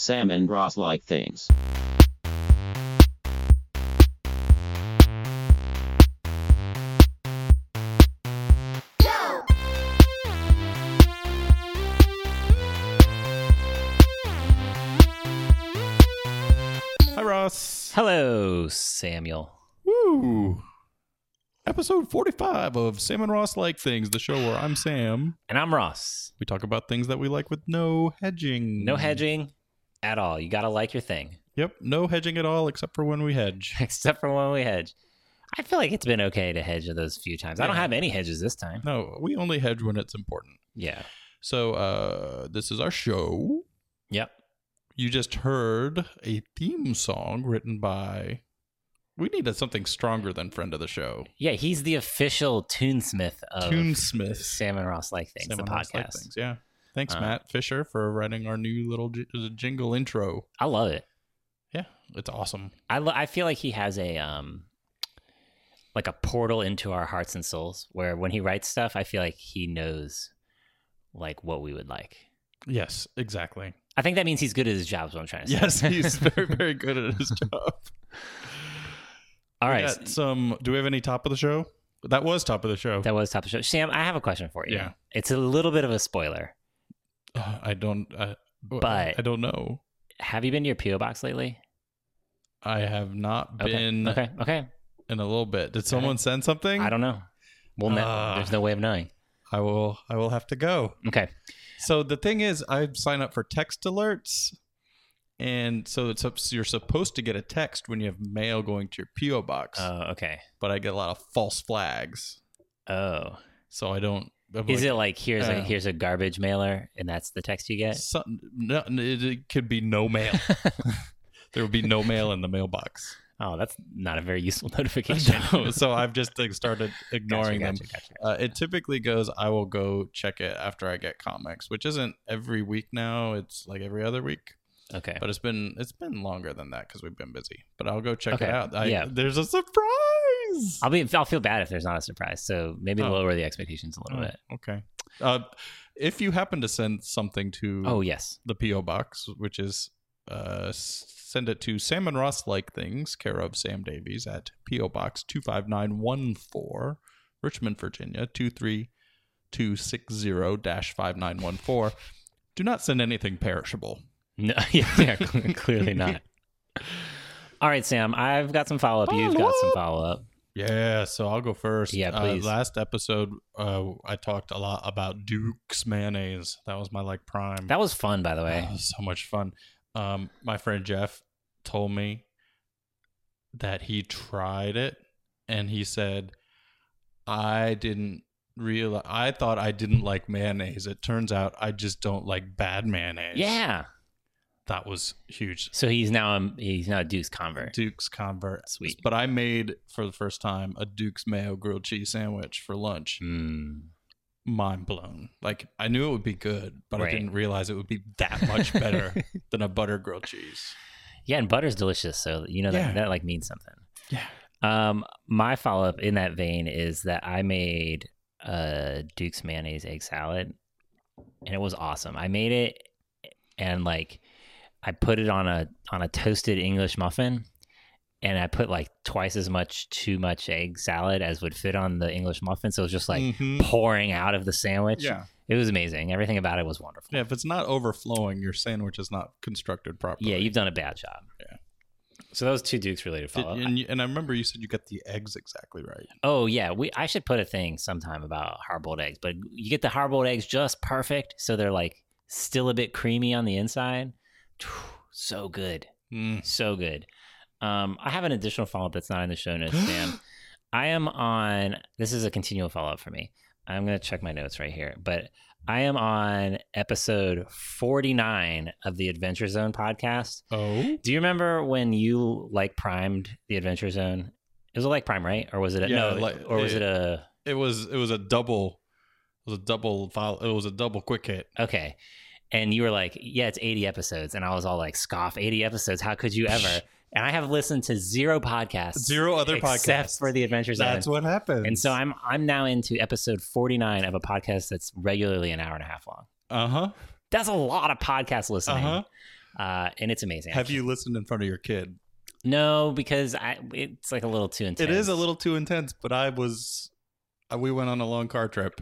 salmon broth like things. Hi, Ross. Hello, Samuel. Woo. Episode 45 of Sam and Ross Like Things, the show where I'm Sam. And I'm Ross. We talk about things that we like with no hedging. No hedging at all. You got to like your thing, Yep, no hedging at all except for when we hedge. except for when we hedge. I feel like it's been okay to hedge those few times. I don't Yeah. have any hedges this time. No, we only hedge when it's important. Yeah. So, uh, this is our show. Yep. You just heard a theme song written by. We needed something stronger than friend of the show, Yeah, he's the official tunesmith of Tunesmith. Sam and Ross Like Things, Sam the and Ross podcast. Like Things, Yeah. Thanks, Uh, Matt Fisher, for writing our new little j- jingle intro. I love it. Yeah, it's awesome. I, lo- I feel like he has a um like a portal into our hearts and souls where when he writes stuff, I feel like he knows like what we would like. Yes, exactly. I think that means he's good at his job. Is what I'm trying to say. Yes, he's very, very good at his job. All We right. got some. Do we have any top of the show? That was top of the show. That was top of show. Sam, I have a question for you. Yeah. It's a little bit of a spoiler. Uh, I don't. I, But- I don't know. Have you been to your PO box lately? I have not been Okay. Okay. in a little bit. Did someone send something? I don't know. We'll know. Ah. There's no way of knowing. I will. I will have to go. Okay. So the thing is, I sign up for text alerts, and so it's up, so you're supposed to get a text when you have mail going to your PO box. Oh, okay. but I get a lot of false flags, Oh. so I don't. I'm Is like, it like here's a Oh. here's a garbage mailer and that's the text you get? Some, no, it, it could be no mail. there would be no mail in the mailbox. Oh, that's not a very useful notification. so, so I've just like, started ignoring them. Gotcha, gotcha, Uh, it typically goes, I will go check it after I get comics, which isn't every week now. It's like every other week, gotcha. Okay. but it's been it's been longer than that because we've been busy. But I'll go check Okay. it out. I, Yeah. There's a surprise. I'll be I'll feel bad if there's not a surprise. So maybe Oh. lower the expectations a little bit. Oh, okay. Uh, if you happen to send something to Oh yes. the PO box, which is uh, s- send it to Sam and Ross like things, care of Sam Davies at PO Box two five nine one four, Richmond, Virginia two three two six zero dash five nine one four. Do not send anything perishable. No, yeah, yeah cl- clearly not. All right, Sam, I've got some follow Oh, up. You've got some follow up. Yeah, so I'll go first. Yeah, Uh, please. last episode, uh, I talked a lot about Duke's mayonnaise. That was my like prime. That was fun, by the way. Oh, so much fun. Um, my friend Jeff told me that he tried it and he said, I didn't realize, I thought I didn't like mayonnaise. It turns out I just don't like bad mayonnaise. Yeah. That was huge. So he's now um he's now a Deuce convert. Duke's convert. Sweet. But I made for the first time a Duke's mayo grilled cheese sandwich for lunch. Mm. Mind blown. Like I knew it would be good, but I Right. didn't realize it would be that much better than a butter grilled cheese. Yeah, and butter's delicious, so you know that Yeah. that like means something. Yeah. Um, my follow up in that vein is that I made a Duke's mayonnaise egg salad, and it was awesome. I made it, and like, I put it on a on a toasted English muffin, and I put like twice as much too much egg salad as would fit on the English muffin. So it was just like Mhm. pouring out of the sandwich. It was amazing. Everything about it was wonderful. Yeah, if it's not overflowing, your sandwich is not constructed properly. Yeah, you've done a bad job. Yeah. So those two Dukes related Did- follow up. and, you- and I remember you said you got the eggs exactly right. Oh yeah, we I should put a thing sometime about hard boiled eggs, but you get the hard boiled eggs just perfect, so they're like still a bit creamy on the inside. So good, Mm. so good. Um, I have an additional follow up that's not in the show notes, Sam. I am on. This is a continual follow up for me. I'm gonna check my notes right here, but I am on episode 49 of the Adventure Zone podcast. Oh, Do you remember when you like primed the Adventure Zone? It was a like prime, right? Or was it a, Yeah, no? like- or was it- it a it was it was a double, it was a double file. It was a double quick hit. okay? And you were like, yeah, it's 80 episodes, and I was all like, scoff, 80 episodes? How could you ever? and I have listened to zero podcasts, Zero other except podcasts. for the Adventure Zone. That's what happened. and so I'm I'm now into episode 49 of a podcast that's regularly an hour and a half long. uh huh, That's a lot of podcast uh listening. huh. uh, and it's amazing. Have actually. you listened in front of your kid? No, because I it's like a little too intense. It is a little too intense, but I was, uh, we went on a long car trip,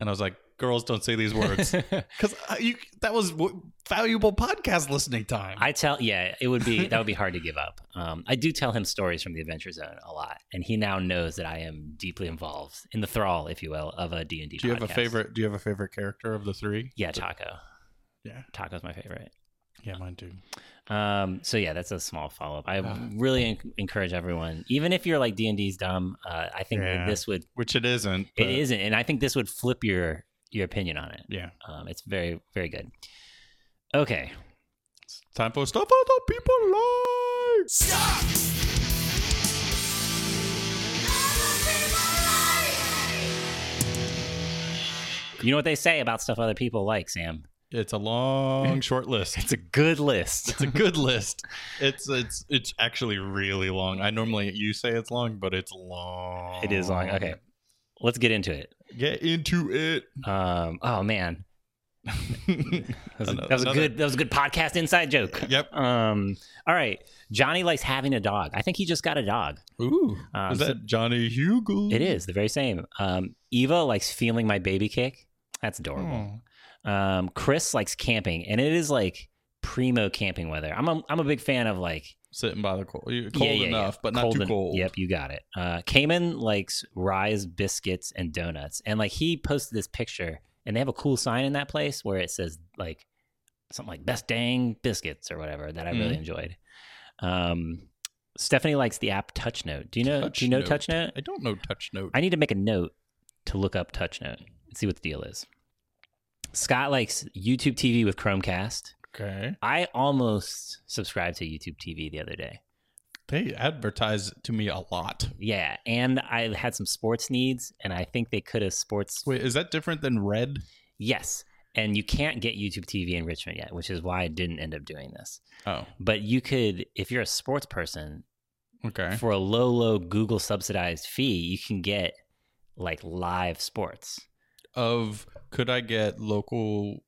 and I was like, "Girls, don't say these words," because uh, you that was w- valuable podcast listening time. I tell, yeah, it would be that would be hard to give up. Um, I do tell him stories from the Adventure Zone a lot, and he now knows that I am deeply involved in the thrall, if you will, of a D and D. do you have a favorite? Do you have a favorite character of the three? Yeah, Taco. Yeah. Taco's my favorite. Yeah, mine too. Um, so yeah, that's a small follow up. I Ah. really en- encourage everyone, even if you're like D and D's dumb. Uh, I think that Yeah. this would Which it isn't. but- it isn't, and I think this would flip your your opinion on it. Yeah. Um, it's very very good. Okay, It's time for stuff other people like. you know what they say about stuff other people like, Sam. It's a long, short list. It's a good list. It's a good list. It's it's it's actually really long. I normally you say it's long, but it's long. It is long. Okay, let's get into it. Get into it. Um, oh man, that was, a, that was a Another- good that was a good podcast inside joke. Yep. Um, all right, Johnny likes having a dog. I think he just got a dog. Ooh. Um, is so- that Johnny Hugo? It is the very same. Um, Eva likes feeling my baby kick. That's adorable. Oh. Um, Chris likes camping, and it is like primo camping weather. I'm a, I'm a big fan of like Sitting by the cold. Cold yeah, yeah, yeah. enough, but not too en- cold. Yep, you got it. Uh, Cayman likes rise biscuits and donuts, and like he posted this picture, and they have a cool sign in that place where it says like something like "best dang biscuits" or whatever that I really Mhm. enjoyed. Um, Stephanie likes the app Touch Note. Do you know? do you know TouchNote. Touch Note? I don't know touch note. I need to make a note to look up Touch Note and see what the deal is. Scott likes YouTube TV with Chromecast. okay. I almost subscribed to YouTube TV the other day. They advertise to me a lot. Yeah, and I had some sports needs, and I think they could have sports. Wait, is that different than red? Yes, and you can't get YouTube TV in Richmond yet, which is why I didn't end up doing this. Oh, But you could, if you're a sports person, okay. for a low, low Google subsidized fee, you can get like live sports. Of could I get local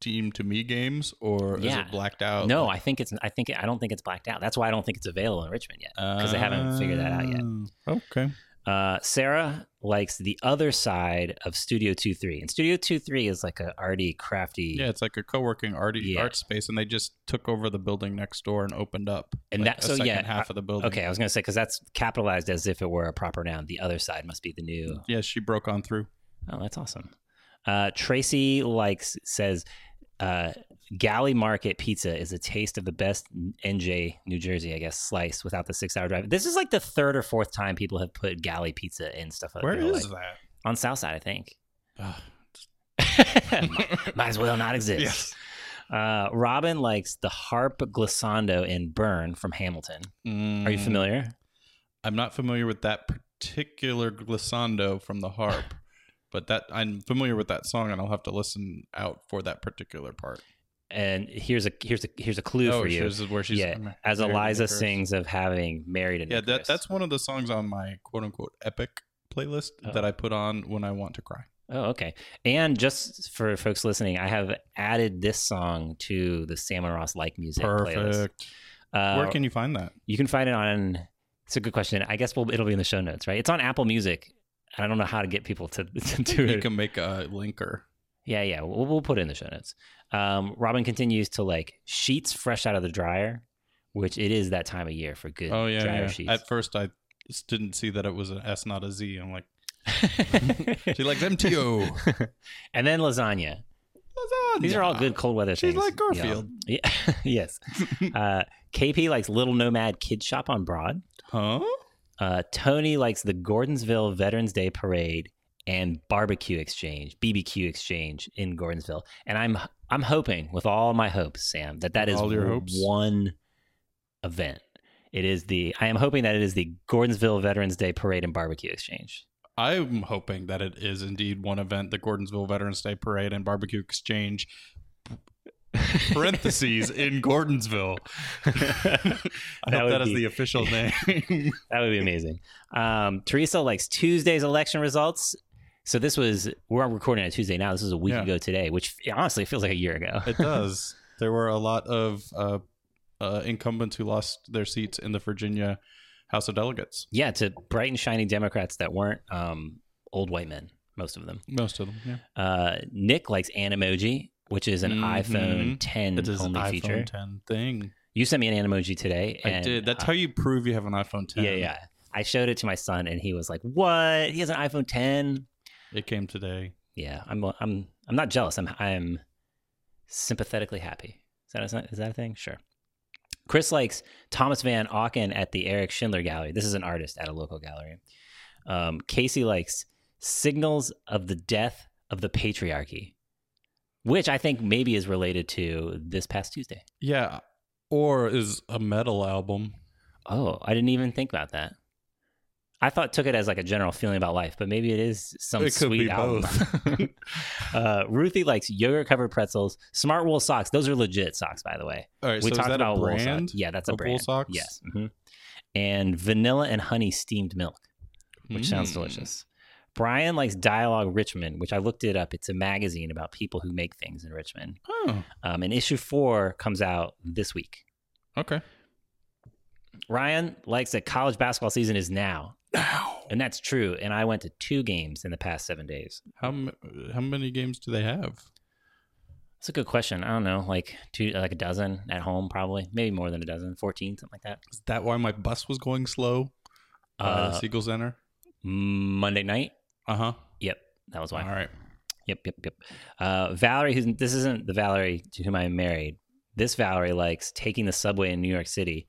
team to me games or is Yeah. it blacked out? No, I think it's. I think I don't think it's blacked out. That's why I don't think it's available in Richmond yet. because they haven't figured that out yet. Oh, Okay. Uh, Sarah likes the other side of Studio Two Three, and Studio Two Three is like a arty, crafty. Yeah, it's like a co-working art Yeah. art space, and they just took over the building next door and opened up. And like, that- a so, second yeah, half of the building. Okay, I was gonna say because that's capitalized as if it were a proper noun. The other side must be the new. Yeah, she broke on through. Oh, that's awesome. Uh, Tracy likes says, uh, "Galley Market Pizza is a taste of the best NJ New Jersey, I guess, slice without the six-hour drive." This is like the third or fourth time people have put Galley Pizza in stuff. Where They're is like, that? on South Side? I think. Ugh. might, might as well not exist. Yes. Uh, Robin likes the harp glissando in Burn from Hamilton. Are you Mm, familiar? I'm not familiar with that particular glissando from the harp, but that I'm familiar with that song, and I'll have to listen out for that particular part. And here's a here's a here's a clue oh, for you. this is where she's Yeah, As married to Eliza Icarus. sings of having married an Yeah, that, Icarus. that's one of the songs on my quote unquote epic playlist Oh. that I put on when I want to cry. Oh, okay. And just for folks listening, I have added this song to the Sam and Ross like music playlist. Uh, Where can you find that? you can find it on. It's a good question. I guess we'll, it'll be in the show notes, right? It's on Apple Music. and I don't know how to get people to, to do You it. can make a linker. Yeah, yeah. We'll, we'll put it in the show notes. Um, Robin continues to like sheets fresh out of the dryer, which it is that time of year for good Oh yeah, dryer yeah. sheets. At first, I just didn't see that it was an S, not a Z. I'm like, she likes MTO. and then lasagna. These are all good cold weather She's things. like y'all. Garfield. Yeah. yes. Uh, KP likes Little Nomad Kid Shop on Broad. Huh? Uh, Tony likes the Gordonsville Veterans Day Parade and Barbecue Exchange, BBQ Exchange in Gordonsville. And I'm I'm hoping with all my hopes, Sam, that that is All your hopes? one event. It is the I am hoping that it is the Gordonsville Veterans Day Parade and Barbecue Exchange. I'm hoping that it is indeed one event, the Gordonsville Veterans Day Parade and Barbecue Exchange. Parentheses in Gordonsville. I hope would that is be- the official name. That would be amazing. Um, Teresa likes Tuesday's election results. So this was we're recording on Tuesday now. This was a week Yeah. ago today, which honestly feels like a year ago. it does. There were a lot of uh, uh, incumbents who lost their seats in the Virginia House of Delegates. Yeah, to bright and shiny Democrats that weren't um, old white men, most of them. Most of them. Yeah. Uh, Nick likes Animoji, which is an Mhm. iPhone 10 It is an only iPhone feature. 10 thing. You sent me an Animoji today. And I did. That's uh, how you prove you have an iPhone 10. Yeah, yeah. I showed it to my son, and he was like, "What? He has an iPhone 10." It came today. Yeah, I'm, uh, I'm, I'm not jealous. I'm, I'm sympathetically happy. Is that, is that, is that a thing? Sure. Chris likes Thomas Van Auken at the Eric Schindler Gallery. This is an artist at a local gallery. Um, Casey likes Signals of the Death of the Patriarchy, which I think maybe is related to this past Tuesday. Yeah. Or is a metal album. Oh, I didn't even think about that. I thought took it as like a general feeling about life, but maybe it is some it could sweet be album. both. uh, Ruthie likes yogurt covered pretzels, smart wool socks. Those are legit socks, by the way. All right. we so is talked that about a wool brand? socks. Yeah, that's a of wool brand. socks? Yes. mhm. And vanilla and honey steamed milk, which sounds Mm. delicious. Brian likes Dialogue Richmond, which I looked it up. It's a magazine about people who make things in Richmond. Oh, Um, and issue four comes out this week. okay. Ryan likes that college basketball season is now. Now. And that's true. And I went to two games in the past seven days. How m- how many games do they have? That's a good question. I don't know, like two, like a dozen at home, probably, maybe more than a dozen, fourteen, something like that. Is that why my bus was going slow? Uh, Uh, Siegel Center. Monday night. Uh huh. Yep, that was All why. right. Yep, yep, yep. Uh, Valerie, who's this isn't the Valerie to whom I'm married. This Valerie likes taking the subway in New York City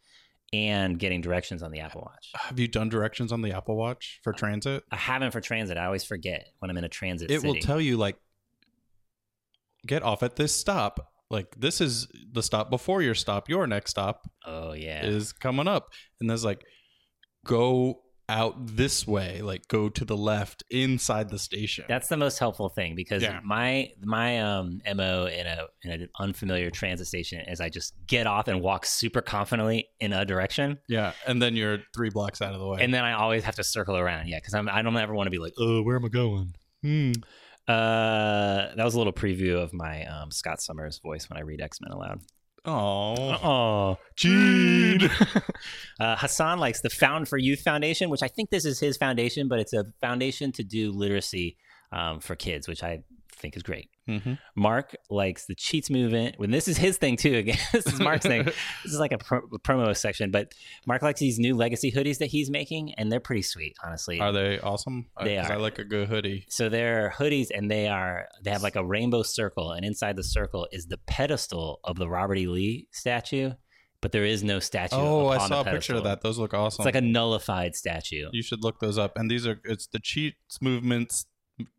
and getting directions on the Apple Watch. Have you done directions on the Apple Watch for transit? I haven't for transit. I always forget when I'm in a transit. It will city. tell you like, get off at this stop. Like this is the stop before your stop. Your next stop Oh yeah. is coming up, and there's like, go out this way. Like go to the left inside the station. That's the most helpful thing because Yeah. my my um mo in a in an unfamiliar transit station is I just get off and walk super confidently in a direction, yeah, and then you're three blocks out of the way. and then I always have to circle around. Yeah, because I'm I don't ever want to be like, oh, where am I going? Hmm. Uh, that was a little preview of my um, Scott Summers voice when I read X Men aloud. Oh, Oh, Gene. uh, Hassan likes the Found for Youth Foundation, which I think this is his foundation, but it's a foundation to do literacy um, for kids, which I think is great. Mm-hmm. Mark likes the cheats movement. When this is his thing too. Again, this is Mark's thing. This is like a pro- promo section, but Mark likes these new legacy hoodies that he's making, and they're pretty sweet, honestly. Are they awesome? Uh, They 'cause are. I like a good hoodie. so they're hoodies, and they are they have like a rainbow circle, and inside the circle is the pedestal of the Robert E. Lee statue, but there is no statue. Oh, I upon the saw a picture of pedestal. that. Those look awesome. It's like a nullified statue. you should look those up. And these are it's the cheats movements.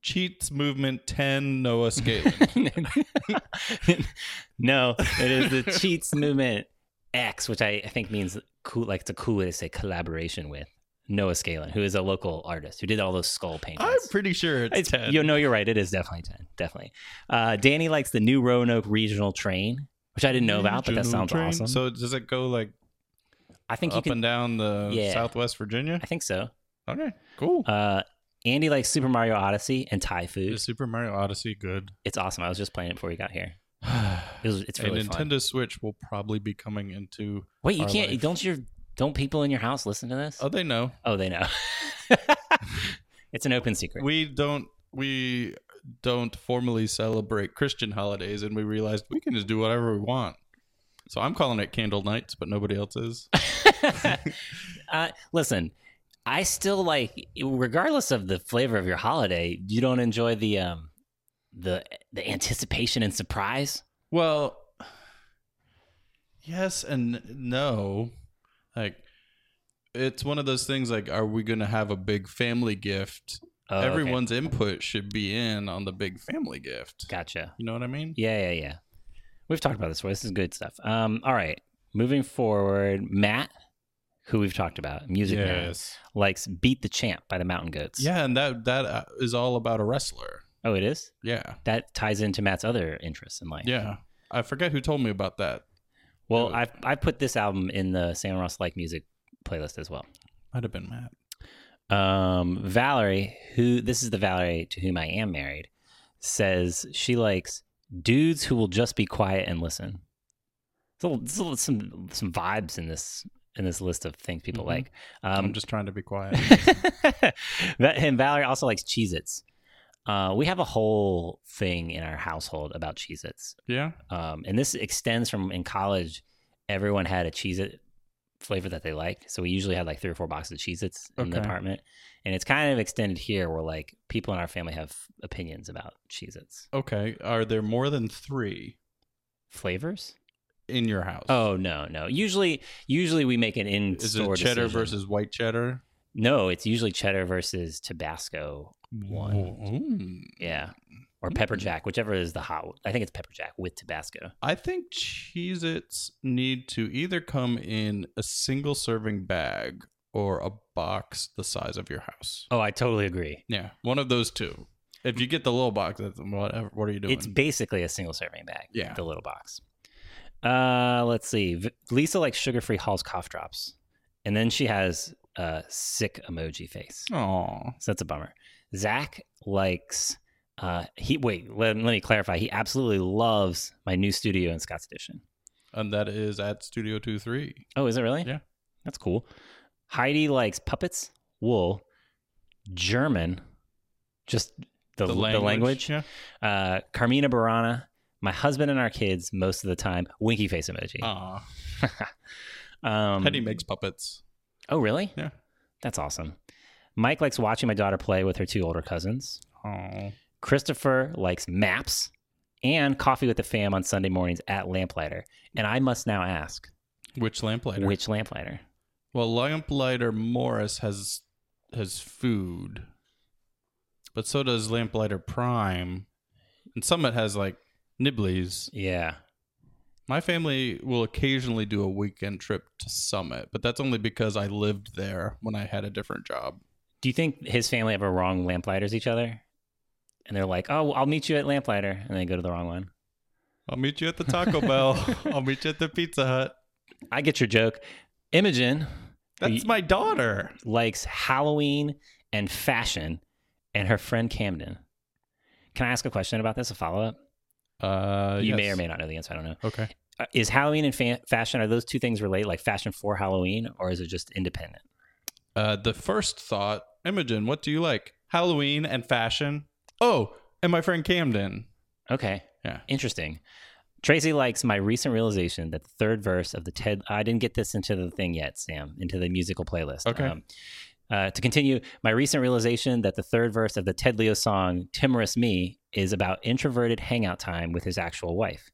Cheats movement ten Noah Scalen. no, it is the cheats movement X, which I, I think means cool. Like it's a cool way to say collaboration with Noah Scalen, who is a local artist who did all those skull paintings. I'm pretty sure it's, It's- ten. You know, you're right. It is definitely ten. Definitely. Uh, Danny likes the new Roanoke regional train, which I didn't know about, but Mm, that Regional sounds train. awesome. So does it go like I think you up can. and down the Yeah. Southwest Virginia? I think so. Okay, cool. Uh, Andy likes Super Mario Odyssey and Thai food. Is Super Mario Odyssey good? It's awesome. I was just playing it before we got here. It A was, it's really fun. Nintendo Switch will probably be coming into. Wait, you our can't. life. Don't your don't people in your house listen to this? Oh, they know. Oh, they know. it's an open secret. we don't we don't formally celebrate Christian holidays, and we realized we can just do whatever we want. So I'm calling it candle nights, but nobody else is. uh, listen, I still like, regardless of the flavor of your holiday, you don't enjoy the um, the the anticipation and surprise. well, yes and no. Like it's one of those things like are we going to have a big family gift? Oh, okay. Everyone's input should be in on the big family gift. gotcha. You know what I mean? Yeah, yeah, yeah. We've talked about this. This is good stuff. Um, all right, moving forward, Matt, who we've talked about, music man, likes "Beat the Champ" by the Mountain Goats. Yeah, and that that uh, is all about a wrestler. Oh, it is. Yeah. That ties into Matt's other interests in life. Yeah. I forget who told me about that. Well, Yeah. I've I put this album in the Sam Ross like music playlist as well. Might have been Matt. Um, Valerie, who this is the Valerie to whom I am married, says she likes dudes who will just be quiet and listen. So, so some some vibes in this in this list of things people Mhm. like. I'm Um, just trying to be quiet. That- and Valerie also likes Cheez Its. Uh, we have a whole thing in our household about Cheez Its. yeah. Um, and this extends from in college, everyone had a Cheez It flavor that they liked. So we usually had like three or four boxes of Cheez Its in the Okay. apartment. And it's kind of extended here where like people in our family have opinions about Cheez Its Okay. Are there more than three flavors. in your house? Oh, no, no. Usually, usually we make an in is it cheddar store decision. versus white cheddar? no, it's usually cheddar versus Tabasco. One. Ooh. Yeah. Or pepper Mm. jack, whichever is the hot. I think it's pepper jack with Tabasco. I think Cheez Its need to either come in a single serving bag or a box the size of your house. Oh, I totally agree. Yeah. One of those two. If you get the little box, that's whatever. What are you doing? It's basically a single serving bag. Yeah. The little box. Uh, let's see. V- Lisa likes sugar free Hall's cough drops. And then she has a sick emoji face. Hmm. Aw. So that's a bummer. Zach likes. Uh, he wait. Let, let me clarify. He absolutely loves my new studio in Scott's Edition. And that is at Studio 23. Oh, is it really? Yeah. That's cool. Heidi likes puppets, wool, German, just the, the language. Yeah. Uh, Carmina Burana, my husband and our kids most of the time. Winky face emoji. Aw. um, Hetty makes puppets. Oh, really? Oh, Yeah. That's awesome. Mike likes watching my daughter play with her two older cousins. Oh. Christopher likes maps and coffee with the fam on Sunday mornings at Lamplighter. And I must now ask, Which lamplighter? which Lamplighter? Well, lamplighter Morris has has food, but so does lamplighter Prime, and Summit has like nibblies. Yeah. My family will occasionally do a weekend trip to Summit, but that's only because I lived there when I had a different job. Do you think his family ever wrong lamplighters each other? And they're like, oh, I'll meet you at Lamplighter. And they go to the wrong one. I'll meet you at the Taco Bell. I'll meet you at the Pizza Hut. I get your joke. Imogen That's Are you- my daughter. likes Halloween and fashion and her friend Camden. Can I ask a question about this? A follow up? Uh, you yes. may or may not know the answer. I don't know. Okay. Uh, Is Halloween and fa- fashion, are those two things related, like fashion for Halloween, or is it just independent? Uh, the first thought, Imogen, what do you like? Halloween and fashion. Oh, and my friend Camden. Okay. Yeah. Interesting. Tracy likes my recent realization that the third verse of the Ted. I didn't get this into the thing yet, Sam, into the musical playlist. Okay. uh, to continue, my recent realization that the third verse of the Ted Leo song "Timorous Me" is about introverted hangout time with his actual wife.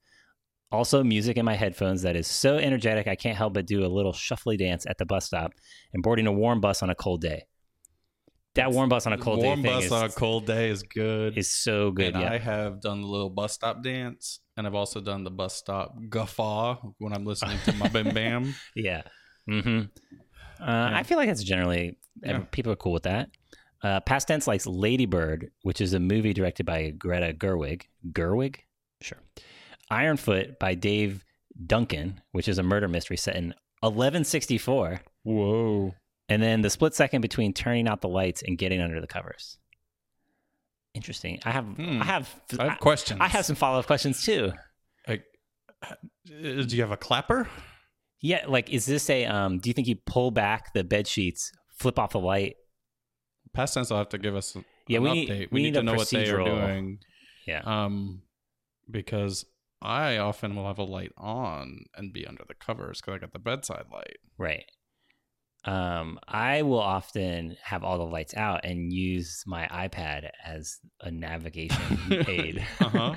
Also, music in my headphones that is so energetic I can't help but do a little shuffly dance at the bus stop and boarding a warm bus on a cold day. That warm bus on a cold Warm day thing bus is, on a cold day is good. is so good. and yeah. I have done the little bus stop dance, and I've also done the bus stop guffaw when I'm listening to my Bim Bam. Yeah. hmm Uh, I feel like that's generally ev- Yeah. people are cool with that. Uh, past tense likes Ladybird, which is a movie directed by Greta Gerwig. Gerwig, sure. Ironfoot by Dave Duncan, which is a murder mystery set in 1164, Whoa! and then the split second between turning out the lights and getting under the covers. Interesting. I have Hmm. I have I I, have questions. I have some follow up questions too. Like, uh, do you have a clapper? Yeah, like is this a um? Do you think you pull back the bed sheets, flip off the light, Past tense will have to give us an Yeah, we need- update. we need to a know what they are procedural- doing. Yeah. Um, because I often will have a light on and be under the covers because I got the bedside light. Right. Um, I will often have all the lights out and use my iPad as a navigation aid. uh huh.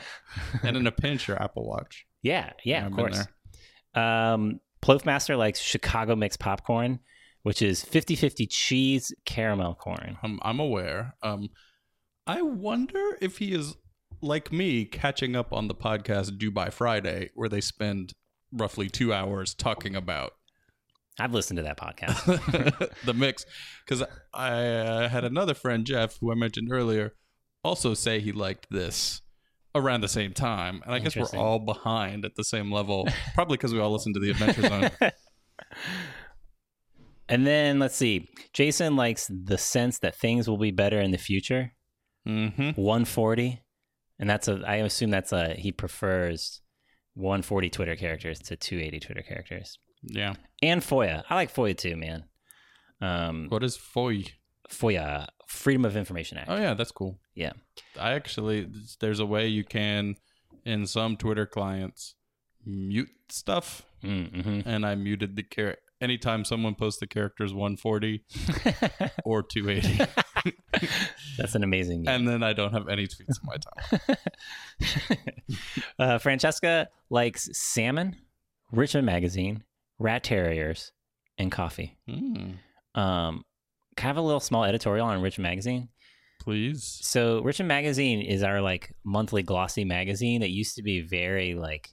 And in a pinch, your Apple Watch. Yeah, yeah, I've of been course. there. Um, Plofmaster likes Chicago mixed popcorn, which is 50-50 cheese caramel corn. I'm, I'm aware. Um, I wonder if he is like me catching up on the podcast Due by Friday, where they spend roughly two hours talking about I've listened to that podcast. the mix. Because I uh, had another friend, Jeff, who I mentioned earlier, also say he liked this around the same time. And I guess we're Interesting. all behind at the same level, probably because we all listened to the Adventure Zone. and then let's see. Jason likes the sense that things will be better in the future. hmm 140 and that's a i assume that's a he prefers 140 Twitter characters to 280 Twitter characters. Yeah. And FOIA. I like FOIA too, man. Um, What is foy? FOIA, Freedom of Information Act. Oh yeah, that's cool. Yeah. I actually there's a way you can in some Twitter clients mute stuff, Mm, and I muted the character. Anytime someone posts the characters 140 mhm. or 280, That's an amazing game. and then I don't have any tweets in my time. uh, Francesca likes salmon, Richmond Magazine, rat terriers, and coffee. Mm, Um, kind of a little small editorial on Richmond Magazine. please. So Richmond Magazine is our like monthly glossy magazine that used to be very like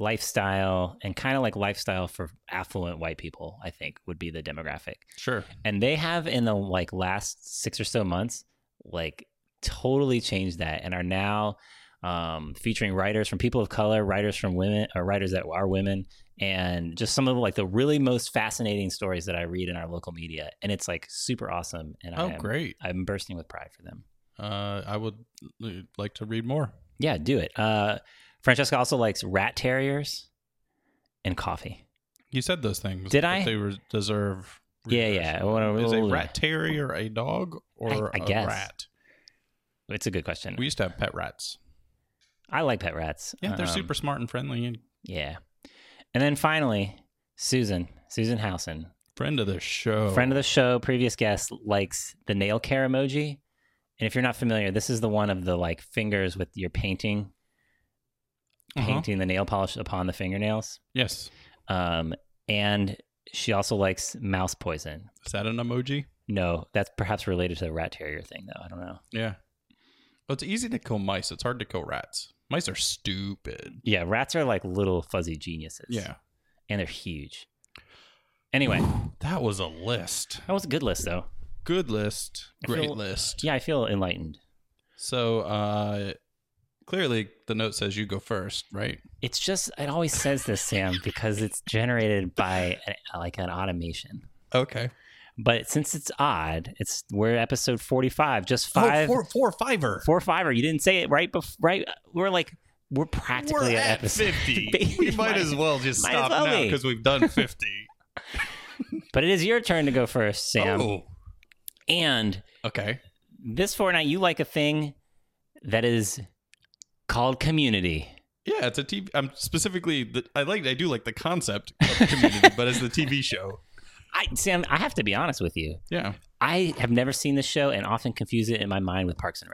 lifestyle and kind of like lifestyle for affluent white people. I think would be the demographic. Sure. and they have in the like last six or so months like totally changed that and are now um, featuring writers from people of color writers from women or writers that are women and just some of like the really most fascinating stories that i read in our local media and it's like super awesome and Oh, I am, great. i'm bursting with pride for them Uh, I would like to read more. yeah do it uh, francesca also likes rat terriers and coffee You said those things. Did but I? They re- deserve. Yeah, readers. yeah. I wanna- Is a rat terrier a dog or I a guess. rat? it's a good question We used to have pet rats. i like pet rats Yeah, they're Um, super smart and friendly and yeah and then finally susan susan housen friend of the show. Friend of the show, previous guest likes the nail care emoji. And if you're not familiar, this is the one of the like fingers with your painting, Uh-huh. painting the nail polish upon the fingernails. Yes. Um, and she also likes mouse poison. Is that an emoji? No, that's perhaps related to the rat terrier thing, though. I don't know. Yeah. Well, it's easy to kill mice. It's hard to kill rats. Mice are stupid. Yeah, rats are like little fuzzy geniuses. Yeah. And they're huge. Anyway, That was a list. that was a good list, though. Good list. I Great feel- list. Yeah, I feel enlightened. So uh clearly the note says you go first, right? It's just, it always says this, Sam, because it's generated by an, like an automation. Okay. But since it's odd, it's we're at episode forty-five, just Five, five, Oh, four, four fiver. four fiver. You didn't say it right before. Right, we're like we're practically We're at, at episode 50. we might as well just might as stop well now be. because we've done 50. But it is your turn to go first, Sam. Oh. And Okay. this Fortnite, you like a thing that is called community. Yeah, it's a TV. I'm specifically. The, I like. I do like the concept of community, but as the TV show. I, Sam, I have to be honest with you. Yeah, I have never seen this show and often confuse it in my mind with Parks and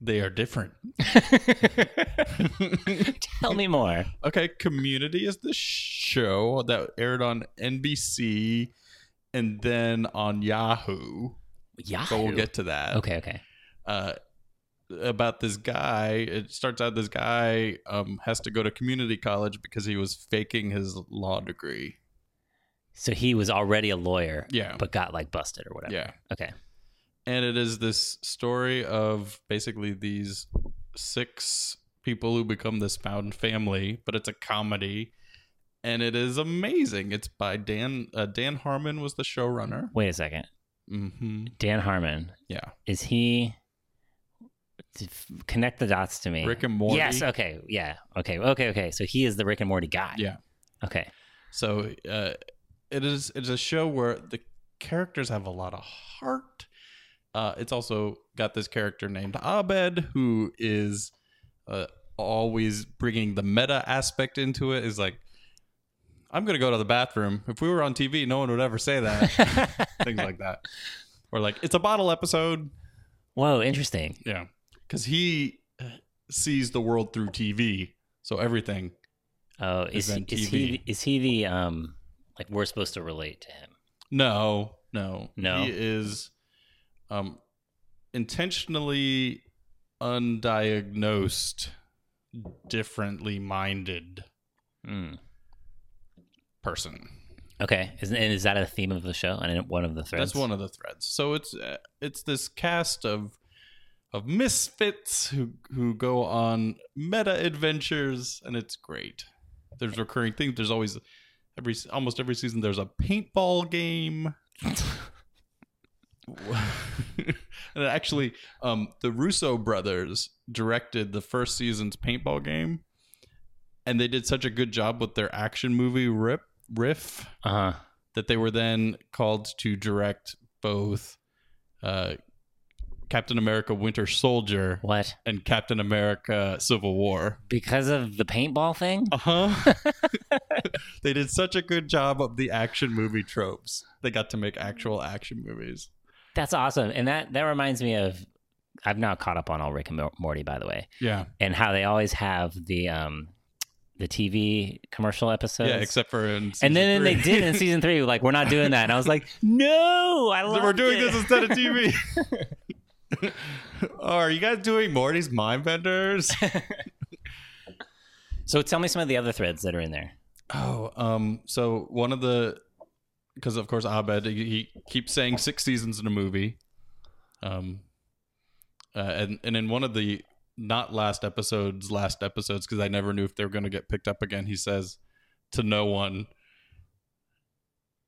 they are different. Rec. Tell me more. Okay, Community is the show that aired on NBC and then on Yahoo. Yeah. But we'll get to that. Okay. Okay. Uh, about this guy. It starts out this guy um, has to go to community college because he was faking his law degree. So he was already a lawyer, Yeah. but got like busted or whatever. Yeah. Okay. and it is this story of basically these six people who become this found family, but it's a comedy, and it is amazing. It's by Dan uh, Dan Harmon was the showrunner. Wait a second. Mm-hmm. Dan Harmon Yeah, is he? to f- Connect the dots to me. Rick and Morty. Yes. Okay. Yeah. Okay. Okay. Okay. So he is the Rick and Morty guy. Yeah. Okay. So uh, it is it's a show where the characters have a lot of heart. Uh, it's also got this character named Abed who is uh, always bringing the meta aspect into it. Is like, I'm gonna go to the bathroom. If we were on TV, no one would ever say that. Things like that, or like it's a bottle episode. Whoa. Interesting. Yeah, because he uh, sees the world through TV, so everything. Oh, is Is on he, is TV. he is he the um like we're supposed to relate to him? No, no, No? He is um, intentionally undiagnosed, differently minded Mm. person. Okay. Is, and is that a theme of the show and in one of the threads? That's one of the threads. So it's uh, it's this cast of of misfits who who go on meta adventures, and it's great. There's recurring things. There's always every almost every season. There's a paintball game. and actually, um, the Russo brothers directed the first season's paintball game, and they did such a good job with their action movie rip riff Uh huh. that they were then called to direct both uh, Captain America: Winter Soldier What? and Captain America: Civil War. Because of the paintball thing? Uh huh. they did such a good job of the action movie tropes. They got to make actual action movies. That's awesome. And that that reminds me of I've now caught up on all Rick and Mor- Morty, by the way, Yeah. and how they always have the um the TV commercial episodes. yeah, except for in and season then, then they three. did in season three, like we're not doing that, and I was like, no, I love. We're doing this instead of TV. Oh, are you guys doing Morty's Mindbenders? so tell me some of the other threads that are in there. Oh, um, so one of the, because of course Abed he, he keeps saying six seasons in a movie, um, uh, and and in one of the not last episodes, last episodes, because I never knew if they were going to get picked up again. He says to no one,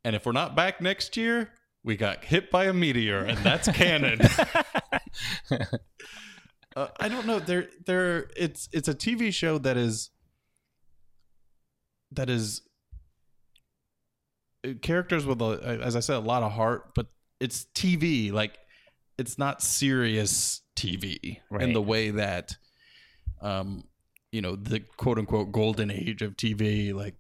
and if we're not back next year, we got hit by a meteor, and that's canon. uh, I don't know. There, there. It's it's a TV show that is that is uh, characters with a, as I said, a lot of heart, but it's TV. Like it's not serious TV in Right. the way that, um, you know, the quote unquote golden age of TV, like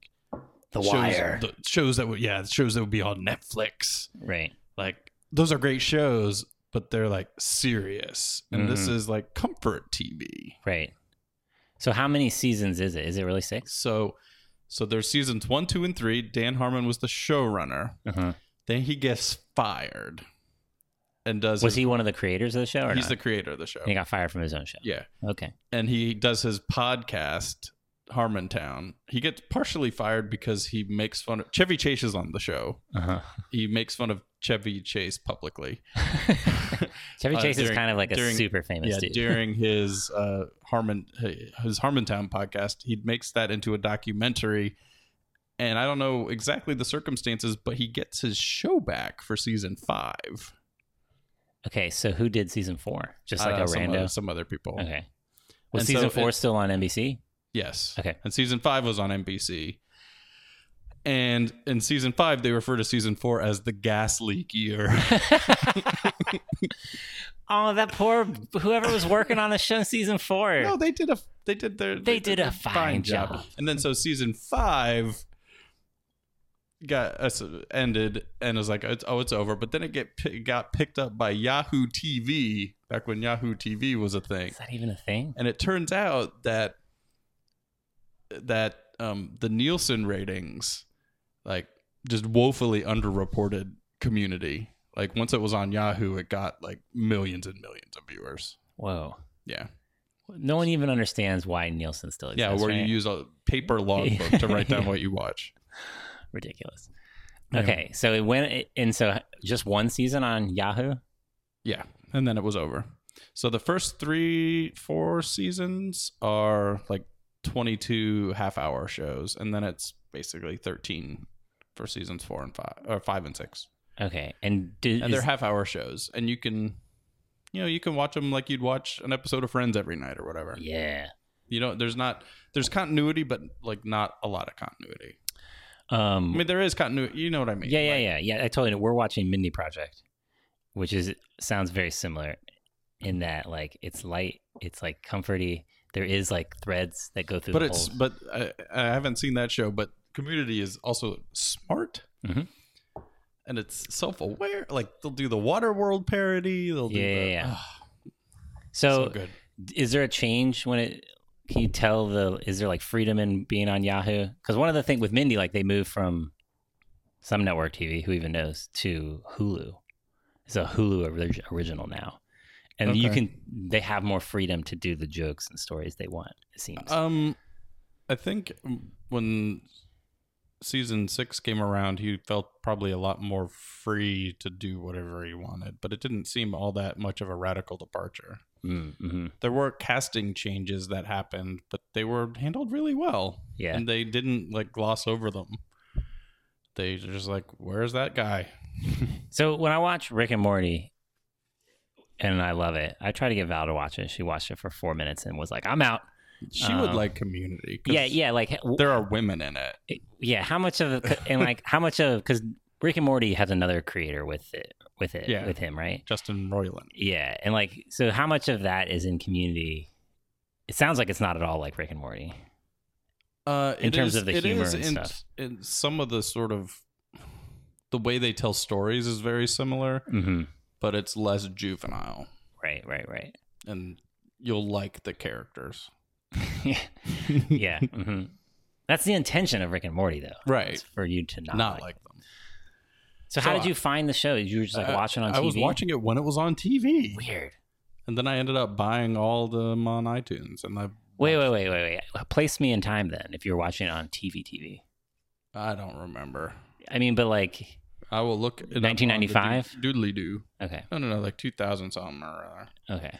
the shows, Wire, the shows that would yeah, the shows that would be on Netflix. right? Like those are great shows, but they're like serious, and this Mhm. is like comfort TV. Right. So how many seasons is it? Is it really six? So, so there's seasons one, two, and three. Dan Harmon was the showrunner. Uh-huh. Then he gets fired, and does Was his- he one of the creators of the show, or He's not? the creator of the show. he got fired from his own show. yeah, Okay. and he does his podcast Harmontown. He gets partially fired because he makes fun of Chevy Chase is on the show. Uh He makes fun of Chevy Chase publicly. huh. Chevy Uh, Chase is during- kind of like a during- super famous yeah, dude. during his uh, Harmon his Harmontown podcast, he makes that into a documentary. And I don't know exactly the circumstances, but he gets his show back for season five. Okay, so who did season four? Just like Uh, a some rando. other- some other people. Okay. Was And so season four it- still on NBC? Yes. Okay. And season five was on NBC. And in season five, they refer to season four as the gas leak year. oh, that poor whoever was working on the show in season four. no, they did a they did their They did a fine job. And then so season five got us ended and it was like it's, oh it's over. But then it get pi- got picked up by Yahoo TV back when Yahoo TV was a thing. Is that even a thing? And it turns out that that um, the Nielsen ratings like just woefully underreported community. Like once it was on Yahoo, it got like millions and millions of viewers. Whoa. Yeah. No one even understands why Nielsen still Yeah, exists. where right? you use a paper logbook to write down what you watch. ridiculous. Yeah. Okay, so it went and so just one season on Yahoo. Yeah, and then it was over. So the first three, four seasons are like 22 half hour shows, and then it's basically 13 for seasons four and five, or five and six. Okay, and did And they're is- half hour shows, and you can. You know, you can watch them like you'd watch an episode of Friends every night or whatever. yeah. You know, there's not there's continuity, but like not a lot of continuity. I Um, mean, there is continuity. You know what I mean? yeah, yeah, Like, yeah, yeah. I totally know. We're watching Mindy Project, which is sounds very similar in that like it's light, it's like comforty. There is like threads that go through. but the it's whole- but I, I haven't seen that show but community is also smart Mhm. and it's self-aware like they'll do the waterworld parody they'll do Yeah, the, yeah, yeah. Ah, so, so good is there a change when it? Can you tell the? Is there like freedom in being on Yahoo? Because one of the things with Mindy, like they moved from some network TV, who even knows, to Hulu. It's a Hulu orig- original now, and you Okay. can they have more freedom to do the jokes and stories they want. It seems. um i think when season six came around he felt probably a lot more free to do whatever he wanted but it didn't seem all that much of a radical departure Mm, mhm. there were casting changes that happened, but they were handled really well. Yeah. And they didn't like gloss over them. They were just like, where's that guy? So when I watch Rick and Morty, and I love it, I try to get Val to watch it. She watched it for four minutes and was like, "I'm out." She would Um, like community. 'cause Yeah, yeah, like w- There are women in it. yeah. How much of a- and like how much of because Rick and Morty has another creator with it with it Yeah. with him, right? Justin Roiland. Yeah, and like so, how much of that is in community? It sounds like it's not at all like Rick and Morty. Uh, In it terms of the it humor is and in, stuff. in some of the sort of the way they tell stories is very similar, Mm-hmm. but it's less juvenile, Right, right, right. and you'll like the characters. yeah, yeah. hmm That's the intention of Rick and Morty, though. Right. It's for you to not, Not, like. like them. So, how So did you find the show? You were just like I- watching on TV. I was watching it when it was on TV, Weird. and then I ended up buying all of them on iTunes, and I Wait, wait, wait, wait, wait. Place me in time then. If you're watching it on TV, TV. I don't remember. I mean, but like, I will look. it up on the 1995? Doodly doo. okay, No, no, no, like two thousand something or uh, other. okay.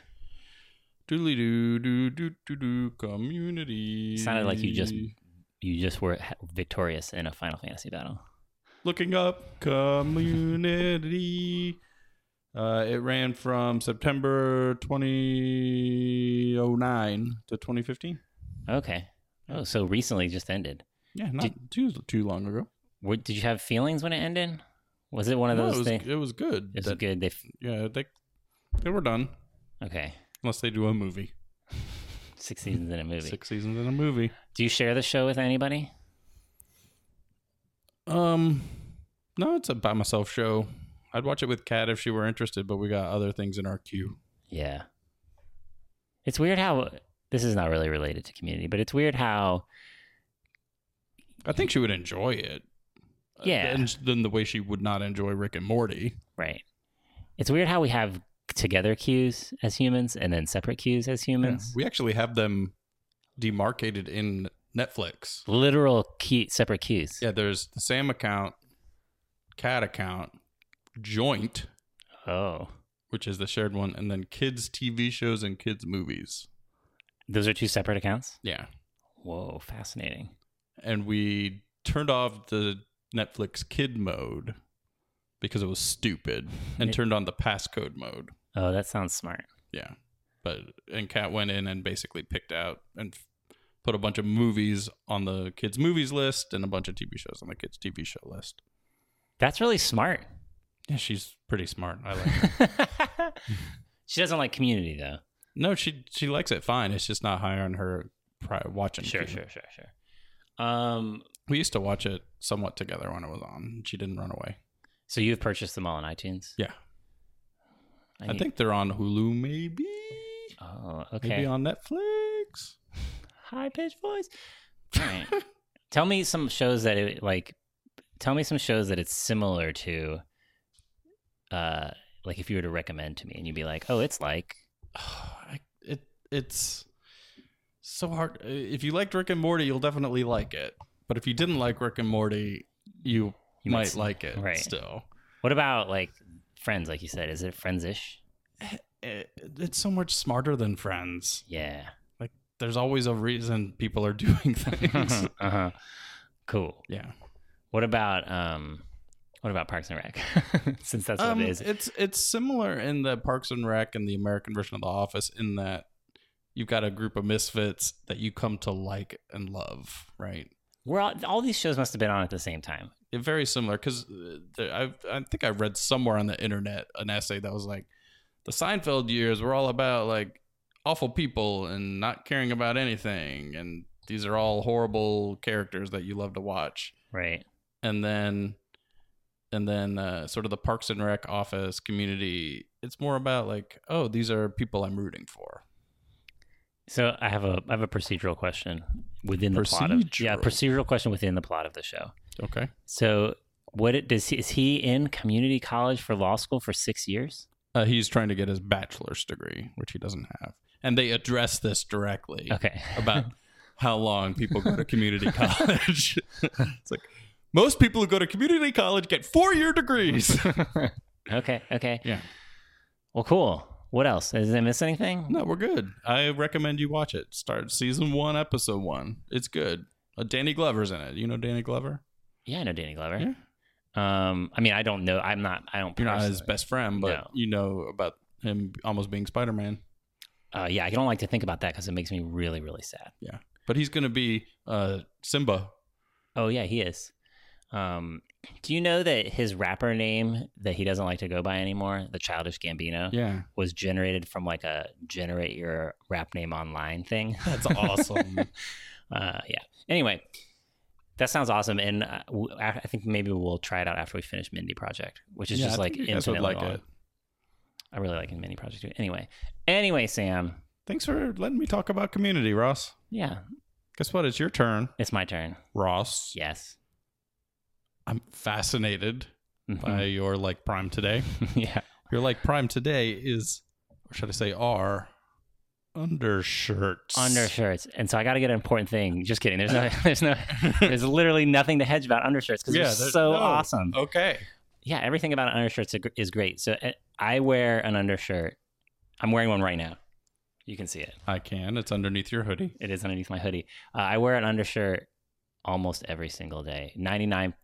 Doodly doo doo doo doo doo community. Sounded like you just- You just were ha- victorious in a Final Fantasy battle. looking up community. Uh, it ran from September 2009 to 2015. Okay. Oh, so recently just ended. Yeah, not too too long ago. What, did you have feelings when it ended? Was it one of No, those it was, things? it was good. It was That- good. They f- Yeah, they they were done okay. unless they do a movie. Six seasons in a movie. Six seasons in a movie. Do you share the show with anybody? Um, no, it's a by myself show. I'd watch it with Kat if she were interested, but we got other things in our queue. Yeah. It's weird how this is not really related to community, but it's weird how I think she would enjoy it. Yeah. and then the way she would not enjoy Rick and Morty. right. It's weird how we have together cues as humans and then separate cues as humans. We actually have them demarcated in Netflix. Literal key separate cues. Yeah, there's the Sam account, Cat account, Joint, Oh. which is the shared one, and then kids TV shows and kids movies. Those are two separate accounts? Yeah, Whoa, fascinating. and we turned off the Netflix kid mode because it was stupid, and It- turned on the passcode mode. Oh, that sounds smart. Yeah, but and Cat went in and basically picked out and f- put a bunch of movies on the kids movies list and a bunch of TV shows on the kids TV show list. That's really smart. Yeah, she's pretty smart. I like. Her. she doesn't like community though. no, she she likes it fine. It's just not high on her pri- watching. Sure, queue. sure, sure, sure. Um We used to watch it somewhat together when it was on. She didn't run away. so you've purchased them all on iTunes? Yeah, I, need- think they're on Hulu, maybe, Oh, maybe okay. on Netflix. High pitched voice. All right. tell me some shows that it like tell me some shows that it's similar to uh like if you were to recommend to me and you'd be like, "Oh, it's like I, it it's so hard. Uh, If you liked Rick and Morty, you'll definitely like it. But if you didn't like Rick and Morty, you, You might might s- like it right. still. What about like Friends like you said? Is it Friends-ish? It, it's so much smarter than Friends. Yeah. There's always a reason people are doing things. uh-huh. Cool. yeah, What about um what about Parks and Rec? Since that's what um, it is. it's it's similar in the Parks and Rec and the American version of The Office in that you've got a group of misfits that you come to like and love, right? We're all, all these shows must have been on at the same time. Yeah, very similar because I I think I read somewhere on the internet an essay that was like the Seinfeld years were all about like awful people and not caring about anything and these are all horrible characters that you love to watch Right. and then and then uh, sort of the Parks and Rec office community it's more about like oh these are people I'm rooting for So I have a I have a procedural question within the plot of yeah Procedural. procedural question within the plot of the show. okay So what it does he, is he in community college for law school for six years? uh, he's trying to get his bachelor's degree which he doesn't have and they address this directly Okay. about how long people go to community college. it's like most people who go to community college get four year degrees. okay. Okay. Yeah. Well, cool. What else? Did I miss anything? no, we're good. I recommend you watch it. Start season one, episode one. It's good. Uh, Danny Glover's in it. You know Danny Glover? Yeah, I know Danny Glover. Um, I mean, I don't know. I'm not. I don't. You're not his personally- best friend, but No. you know about him almost being Spider Man. Uh, yeah, I don't like to think about that because it makes me really, really sad. But he's going to be uh, Simba. Oh yeah, he is. Um, do you know that his rapper name that he doesn't like to go by anymore, the Childish Gambino, Yeah. was generated from like a generate your rap name online thing? That's awesome. uh, yeah. Anyway, that sounds awesome, and uh, w- I I think maybe we'll try it out after we finish Mindy Project, which is Yeah, just I like think you guys would infinitely like long. it. I really like Mindy Project too. Anyway, anyway, Sam. Thanks for letting me talk about community, Ross. Yeah, Guess what? It's your turn, it's my turn. Ross. Yes. I'm fascinated Mhm. by your like prime today. yeah. Your like prime today is, or should I say, are undershirts. undershirts. And so I got to get an important thing. Just kidding. There's no, there's no, there's literally nothing to hedge about undershirts because Yeah, they're there's- so no. Oh. awesome. Okay. Yeah, everything about an undershirt is gr- is great. So uh, I wear an undershirt. I'm wearing one right now. You can see it. I can. It's underneath your hoodie. It is underneath my hoodie. Uh, I wear an undershirt almost every single day. 99%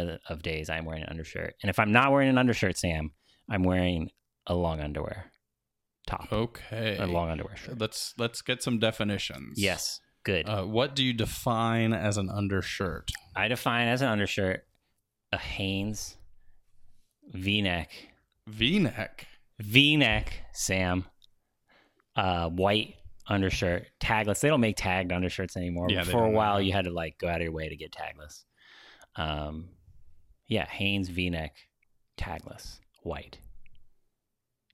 of, the, of days I'm wearing an undershirt. And if I'm not wearing an undershirt, Sam, I'm wearing a long underwear top, Okay. a long underwear shirt. Let's let's get some definitions. Yes, good. Uh, what do you define as an undershirt? I define as an undershirt a Hanes V neck, V-neck. V neck, Sam, uh, white undershirt, tagless. They don't make tagged undershirts anymore. Yeah, they For a don't. while, you had to like go out of your way to get tagless. Um, yeah, Hanes V neck, tagless, white.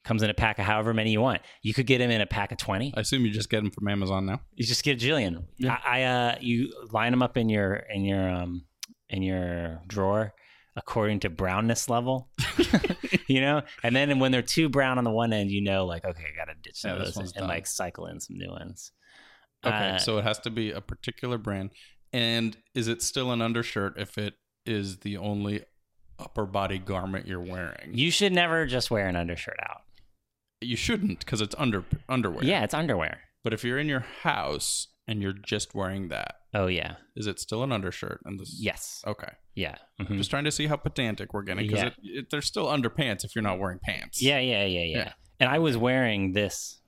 Comes in a pack of however many you want. You could get them in a pack of twenty. I assume you just get them from Amazon now. You just get a Jillian. Yeah. I, I uh, you line them up in your in your um in your drawer according to brownness level, you know. And then when they're too brown on the one end, you know, like okay, I gotta ditch some Yeah, of this those and one's done. like cycle in some new ones. Okay, Uh, so it has to be a particular brand. And is it still an undershirt if it is the only upper body garment you're wearing? you should never just wear an undershirt out. you shouldn't because it's under underwear. Yeah, it's underwear. But if you're in your house and you're just wearing that, Oh yeah, is it still an undershirt? And this yes, Okay. yeah, mhm. Just trying to see how pedantic we're getting because Yeah. it, it, they're still underpants if you're not wearing pants. yeah, yeah, yeah, yeah, Yeah. And I was wearing this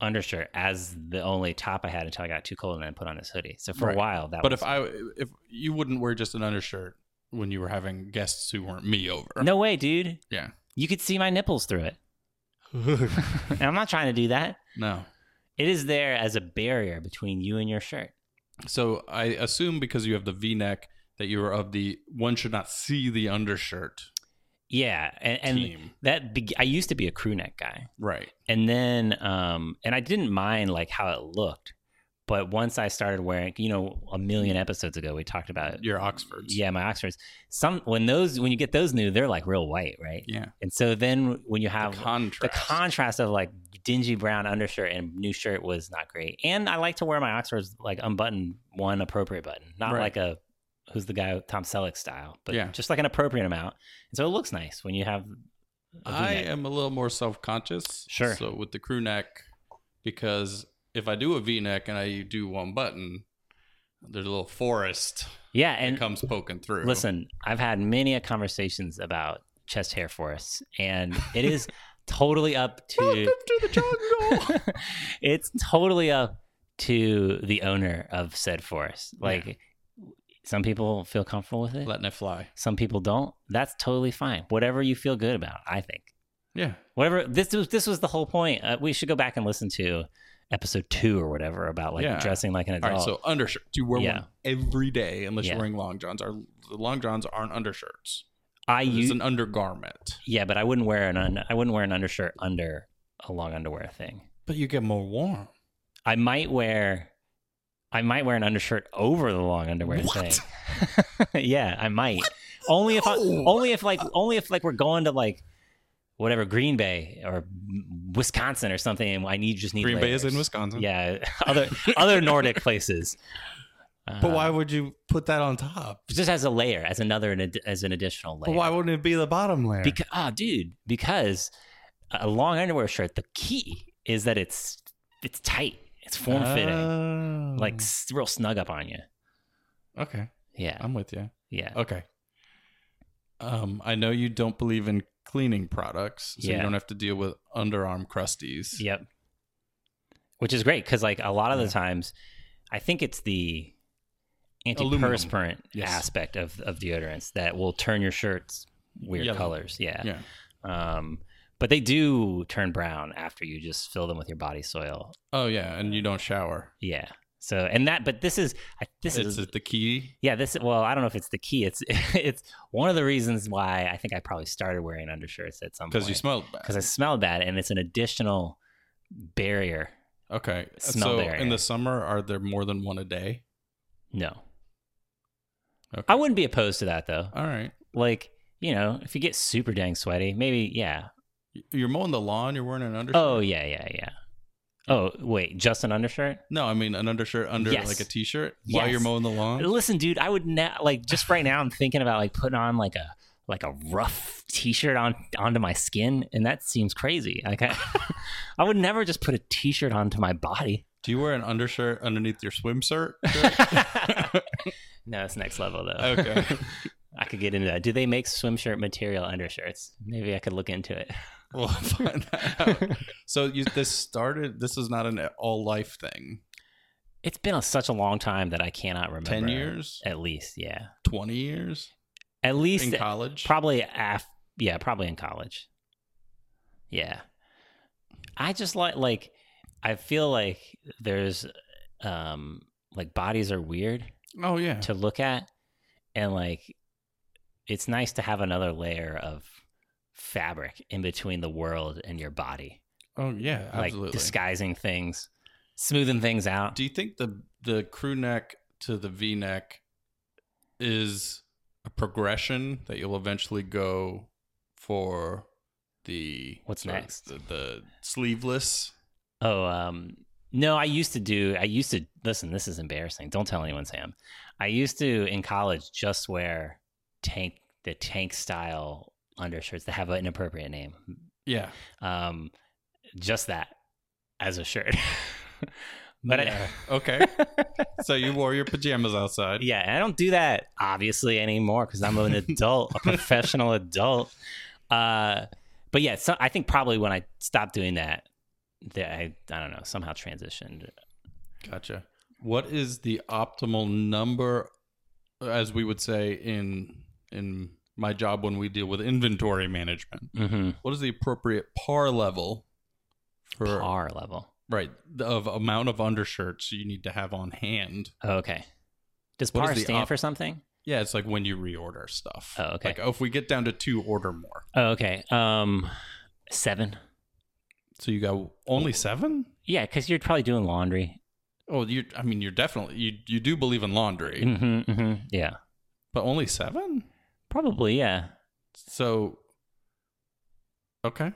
undershirt as the only top I had until I got too cold and then put on this hoodie. So for Right. a while, that But was if I if you wouldn't wear just an undershirt when you were having guests who weren't me over. No way, dude. Yeah. You could see my nipples through it. and I'm not trying to do that. No. It is there as a barrier between you and your shirt. So I assume because you have the V neck that you are of the one should not see the undershirt Yeah, and, and team. that be- I used to be a crew neck guy, Right. and then um, and I didn't mind like how it looked, but once I started wearing, you know, a million episodes ago, we talked about Your Oxfords. uh, yeah, my Oxfords. Some when those when you get those new, they're like real white, right? Yeah. And so then when you The have the contrast. contrast of like dingy brown undershirt and new shirt was not great. And I like to wear my Oxfords like unbuttoned, one appropriate button, not Right. like a who's the guy with Tom Selleck style, but Yeah. just like an appropriate amount. And so it looks nice when you have. a I V-neck. am a little more self conscious. Sure. So with the crew neck, because if I do a V neck and I do one button, there's a little forest yeah, that and comes poking through. listen, I've had many a conversations about chest hair for us, and it is totally up to. to the jungle. it's totally up to the owner of said forest. Like some people feel comfortable with it. Letting it fly. Some people don't. That's totally fine. Whatever you feel good about, I think. Yeah. Whatever this was, this was the whole point. Uh, we should go back and listen to episode two or whatever about like Yeah. dressing like an All adult. right. So undershirt. You wear Yeah. one every day unless Yeah. you're wearing long johns. Our the long johns aren't undershirts. I It's use an undergarment. yeah, but I wouldn't wear an un- I wouldn't wear an undershirt under a long underwear thing. But you get more warm. I might wear I might wear an undershirt over the long underwear What? thing. yeah, I might. Only if I, No. only if like only if like we're going to like whatever Green Bay or Wisconsin or something and I need just need Green Bay is in layers. Wisconsin. Yeah, other other Nordic places. But why Uh, would you put that on top? just as a layer, as another an ad- as an additional layer. But why wouldn't it be the bottom layer? Because ah, dude, because a long underwear shirt, the key is that it's it's tight. It's form fitting. Oh. like s- real snug up on you. okay, Yeah, I'm with you. yeah. Okay. Um, I know you don't believe in cleaning products, so Yeah. you don't have to deal with underarm crusties. Yep. which is great because like a lot of Yeah. the times, I think it's the Aluminum. antiperspirant Yes. aspect of of deodorants that will turn your shirts weird Yellow. colors. Yeah. Yeah. Um, but they do turn brown after you just fill them with your body soil. Oh yeah, and you don't shower. Yeah. So and that, but this is I- this It's is the key. yeah this well I don't know if it's the key. It's it's one of the reasons why I think I probably started wearing undershirts at some Because you point. smelled bad. because I smelled bad, and it's an additional barrier. Okay. Smell so barrier. in the summer, are there more than one a day? No, Okay. I wouldn't be opposed to that though. All right. Like you know, if you get super dang sweaty, maybe yeah. You're mowing the lawn. You're wearing an undershirt. Oh yeah, yeah, yeah. Oh wait, just an undershirt? No, I mean an undershirt under Yes. like a t-shirt while you're Yes. mowing the lawn. Listen, dude, I would not like just right now. I'm thinking about like putting on like a like a rough t-shirt on onto my skin, and that seems crazy. Like I, I would never just put a t-shirt onto my body. Do you wear an undershirt underneath your swimsuit? no, it's next level though. Okay. I could get into that. Do they make swim shirt material undershirts? Maybe I could look into it. we'll find that out. So you, this started. This is not an all life thing. It's been a, such a long time that I cannot remember. Ten years, At least, yeah. twenty years At in least college. probably af yeah, probably in college. Yeah. I just like like I feel like there's um like bodies are weird oh yeah. to look at and like it's nice to have another layer of fabric in between the world and your body. Oh yeah. Absolutely. like disguising things, smoothing things out. Do you think the the crew neck to the V neck is a progression that you'll eventually go for the What's sort of next? The, the sleeveless. oh, um, no, I used to do. I used to listen. This is embarrassing. Don't tell anyone, Sam. I used to in college just wear tank the tank style undershirts that have an inappropriate name. Yeah. Um, just that as a shirt. but Yeah. yeah. Okay. I, so you wore your pajamas outside. yeah, and I don't do that obviously anymore because I'm an adult, a professional adult. Uh, but yeah, so I think probably when I stopped doing that, that I I don't know somehow transitioned. Gotcha. What is the optimal number, as we would say in in my job when we deal with inventory management? Mm-hmm. What is the appropriate par level for Par level. right the- of amount of undershirts you need to have on hand? Oh, Okay. Does What is par the stand op- for something? Yeah, it's like when you reorder stuff. Oh, okay. Like oh, if we get down to two, order more. Oh, okay. Um, seven. So you got only seven. Yeah, because you're probably doing laundry. Oh, you. I mean, you're definitely you. You do believe in laundry, hmm hmm Yeah, but only seven. probably. Yeah. So, okay,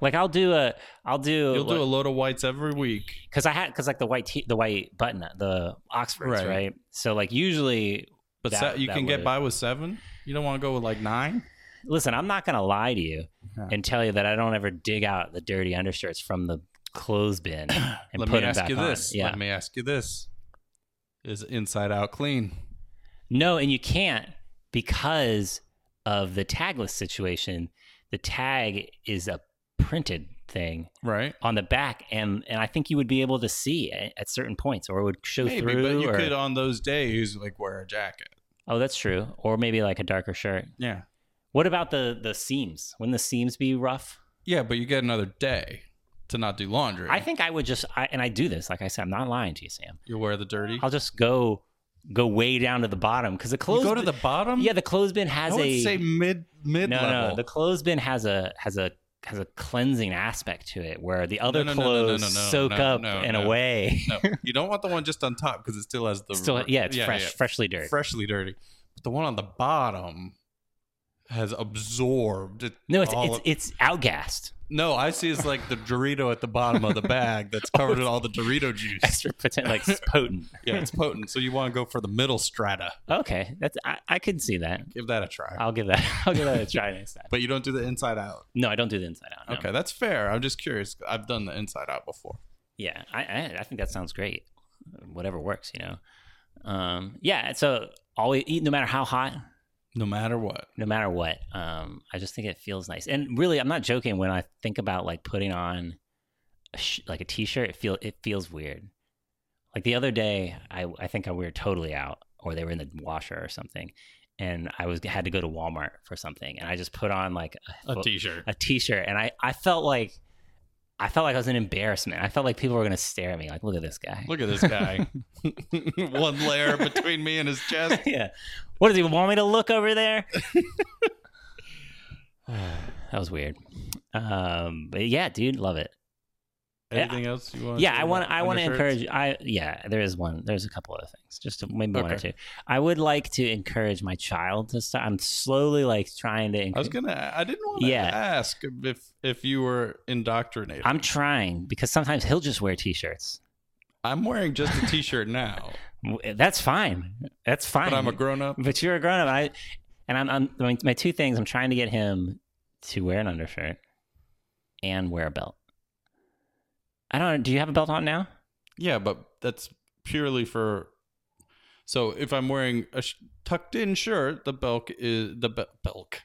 Like I'll do a, I'll do. you'll do a load of whites every week. because I had because like the white tee the white button the Oxfords Right. right, so like usually But That- se- you that can get would- by with seven. You don't want to go with like nine. listen I'm not gonna lie to you Yeah. and tell you that I don't ever dig out the dirty undershirts from the clothes bin and Let put me them ask back you on. this. yeah Let me ask you this: Is inside out clean? no and you can't because of the tagless situation the tag is a printed thing Right. on the back and and I think you would be able to see at, at certain points or it would show Maybe, through but you or- could on those days like wear a jacket. oh that's true or maybe like a darker shirt Yeah. What about the the seams? Wouldn't the seams be rough? Yeah, but you get another day to not do laundry. I think I would just I, and I do this. Like I said, I'm not lying to you, Sam. you wear the dirty. I'll just go go way down to the bottom because the You clothes go to the bottom. yeah the clothes bin I has would a say mid mid no level. no the clothes bin has a has a has a cleansing aspect to it where the other no, no, no, no, clothes no, no, soak no, up no, and no. away. no, you don't want the one just on top because it still has the Still, yeah, it's fresh, yeah. freshly dirty. freshly dirty. But the one on the bottom has absorbed. It no, it's all it's of- it's outgassed. no. I see it's like the Dorito at the bottom of the bag that's covered in all the Dorito juice. Extra potent, like it's potent. Yeah, it's potent. So you want to go for the middle strata. Okay, that's I, I can see that. Give that a try. I'll give that. I'll give that a try next time. But you don't do the inside out. No, I don't do the inside out. no. Okay, that's fair. I'm just curious. I've done the inside out before. Yeah, I, I I think that sounds great. Whatever works, you know. Um, yeah, so always eat no matter how hot, No matter what. no matter what. Um, I just think it feels nice, and really, I'm not joking when I think about like putting on a sh- like a t-shirt, it feel it feels weird. Like the other day, I I think I we were totally out, or they were in the washer or something, and I was had to go to Walmart for something, and I just put on like A fo- t-shirt. a t-shirt and I, I felt like I felt like I was an embarrassment. I felt like people were going to stare at me like, look at this guy. Look at this guy. One layer between me and his chest. yeah. What does he want me to look over there? that was weird. Um, but yeah, dude, love it. Anything else you want? yeah, I want I want to Undershirts? encourage I yeah, there is one. There's a couple other things. Just maybe one or Okay. two. I would like to encourage my child to start. I'm slowly like trying to I was encourage gonna. I didn't want to Yeah. ask if if you were indoctrinated. I'm trying because sometimes he'll just wear t-shirts. I'm wearing just a t-shirt now, W- That's fine. That's fine. but I'm a grown up. But you're a grown up. I and I'm, I'm my, my two things. I'm trying to get him to wear an undershirt and wear a belt. I don't. Do you have a belt on now? Yeah, but that's purely for. So if I'm wearing a sh- tucked-in shirt, the belk is the be- belk.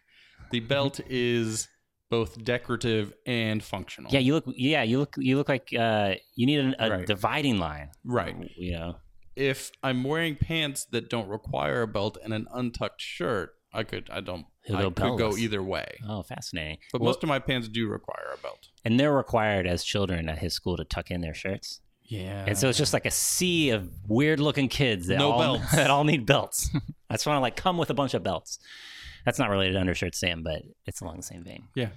The belt is both decorative and functional. Yeah, you look. Yeah, you look. You look like uh, you need an, a Right. dividing line. right. You know. If I'm wearing pants that don't require a belt and an untucked shirt, I could. I don't. He'll I go could go beltless. either way. Oh, fascinating. But Well, most of my pants do require a belt. and they're required as children at his school to tuck in their shirts, Yeah. and so it's just like a sea of weird-looking kids that No all belts. that all need belts. I just want to like come with a bunch of belts. That's not related to undershirts, Sam, but it's along the same vein. yeah.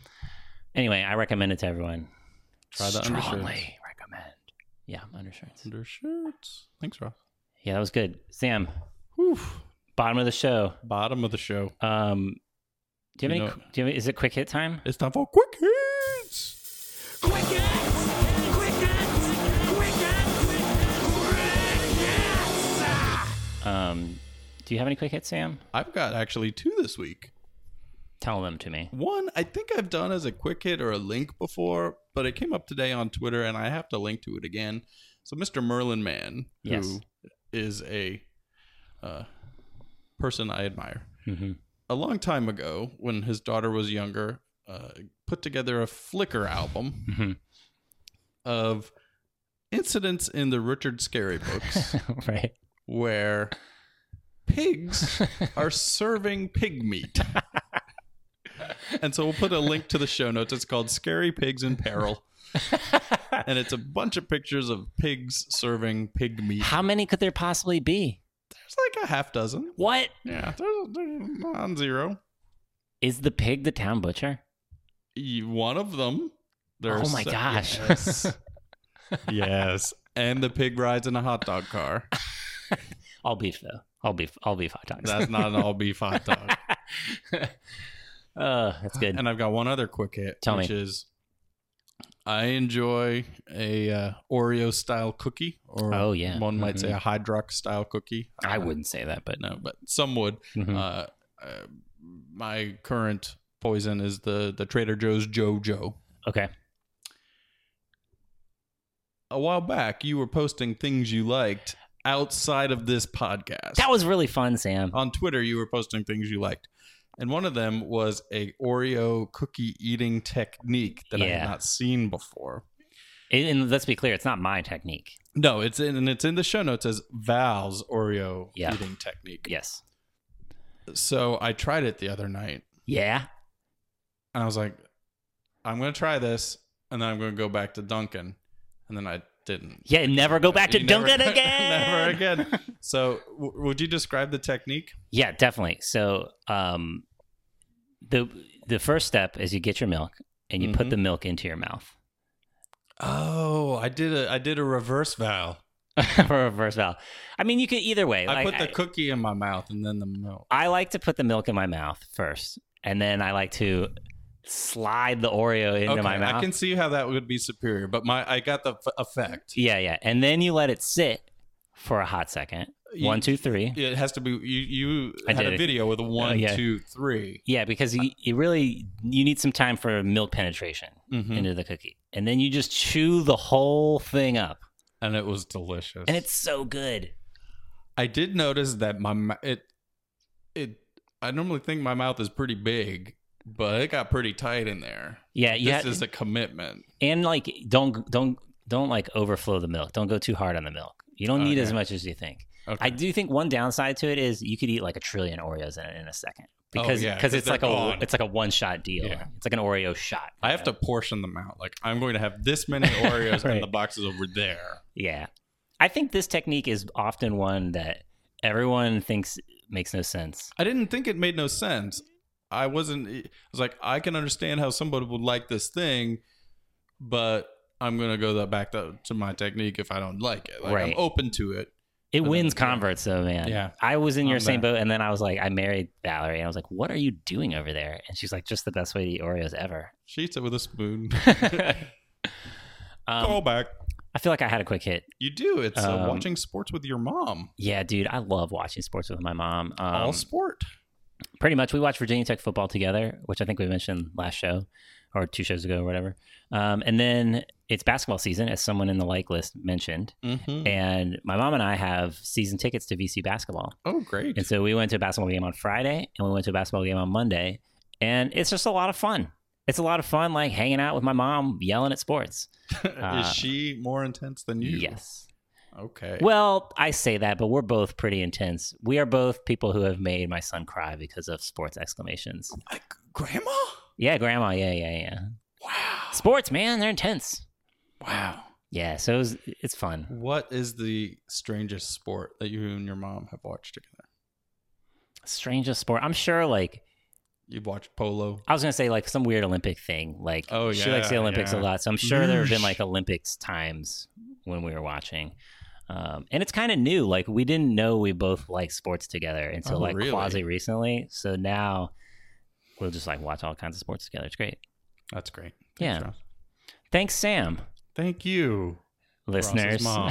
Anyway, I recommend it to everyone. Try the Strongly undershirts. recommend. Yeah, undershirts. Undershirts. Thanks, Rob. Yeah, that was good. Sam, bottom of the show. Bottom of the show. Um, do you have You any? know- do you have, is it quick hit time? It's time for quick hits. Quick hits! Quick hits! Quick hits! Quick hits! Um, do you have any quick hits, Sam? I've got actually two this week. Tell them to me. One I think I've done as a quick hit or a link before, but it came up today on Twitter and I have to link to it again. So Mr. Merlin Man, Yes. who is a uh, person I admire, Mm-hmm. a long time ago when his daughter was younger, uh, put together a Flickr album Mhm. of incidents in the Richard Scarry books right. where pigs are serving pig meat. and so we'll put a link to the show notes. It's called Scary Pigs in Peril. and it's a bunch of pictures of pigs serving pig meat. How many could there possibly be? There's like a half dozen. What Yeah, there's, there's non zero. is the pig? The town butcher. E, One of them. There's Oh my se- gosh. Yes. yes. And the pig rides in a hot dog car. All beef though. All beef. All beef hot dogs. That's not an all beef hot dog. uh, that's good. And I've got one other quick hit, Tell which me. is I enjoy a uh, Oreo style cookie, or Oh, yeah. one might say a Hydrox style cookie. I Uh, wouldn't say that, but no, but some would. Mhm. Uh, uh, my current poison is the the Trader Joe's JoJo. okay. A while back, you were posting things you liked outside of this podcast. That was really fun, Sam. on Twitter, you were posting things you liked. And one of them was a Oreo cookie eating technique that I had Yeah. not seen before. And- and let's be clear, it's not my technique. No, it's in and it's in the show notes as Val's Oreo Yeah. eating technique. Yes. So I tried it the other night Yeah. and I was like, I'm gonna try this and then I'm gonna go back to Duncan. And then I didn't. Yeah. Never go back to You never- Dunkin' again. never again. So w- would you describe the technique? Yeah, definitely. So, um, the the first step is you get your milk and you put Mhm. the milk into your mouth Oh, I did a I did a reverse Val. for reverse valve. I mean, you could either way. I Like, put the cookie in my mouth and then the milk. I like to put the milk in my mouth first, and then I like to slide the Oreo into okay, my mouth. I can see how that would be superior, but my I got the f- effect. Yeah, yeah, and then you let it sit for a hot second. You- One, two, three. Yeah, It has to be you. You I had did a it. video with one, two, three. yeah. because you, you really you need some time for milk penetration Mhm. into the cookie, and then you just chew the whole thing up, and it was delicious. and it's so good. I did notice that my mou- it it I normally think my mouth is pretty big, but it got pretty tight in there. Yeah, This yeah, is a commitment. and like don't don't don't like overflow the milk. Don't go too hard on the milk. You don't need as Okay. much as you think. Okay. I do think one downside to it is you could eat like a trillion Oreos in, in a second Oh, because yeah, 'cause cause it's they're like gone. a it's like a one shot deal. Yeah. It's like an Oreo shot. I have to portion them out. Like I'm going to have this many Oreos Right. and the box is over there. Yeah. I think this technique is often one that everyone thinks makes no sense. I didn't think it made no sense. I wasn't. I was like, I can understand how somebody would like this thing, but I'm gonna go that back to, to my technique if I don't like it. Like, Right. I'm open to it. It But that's wins good. converts though, man. Yeah. I was in your I'm same boat and then I was like, I married Valerie and I was like, What are you doing over there? And she's like, Just the best way to eat Oreos ever. She eats it with a spoon. Call um, back. I feel like I had a quick hit. You do. It's uh, um, watching sports with your mom. Yeah, dude, I love watching sports with my mom. Um, All sport. pretty much we watched Virginia Tech football together, which I think we mentioned last show or two shows ago or whatever. Um, and then it's basketball season, as someone in the like list mentioned. Mm-hmm. And my mom and I have season tickets to VC basketball. Oh, great. And so we went to a basketball game on Friday and we went to a basketball game on Monday. And it's just a lot of fun. It's a lot of fun, like hanging out with my mom, yelling at sports. uh, is she more intense than you? Yes. Okay. Well, I say that, but we're both pretty intense. We are both people who have made my son cry because of sports exclamations. like, grandma. Yeah, grandma. Yeah, yeah, yeah. Wow. Sports, man, they're intense. Wow. Yeah, so it was, it's fun. What is the strangest sport that you and your mom have watched together? Strangest sport. I'm sure, like, You've watched polo. I was gonna say like some weird Olympic thing. Like Oh, she likes the yeah, Olympics yeah. Mm. a lot, so I'm sure there have been Yeesh. like Olympics times when we were watching. Um, and it's kind of new. Like we didn't know we both like sports together until Oh, like really? quasi recently. So now we'll just like watch all kinds of sports together. It's great. That's great. Yeah. Ross. Thanks, Sam, Thank you. Ross's listeners. mom.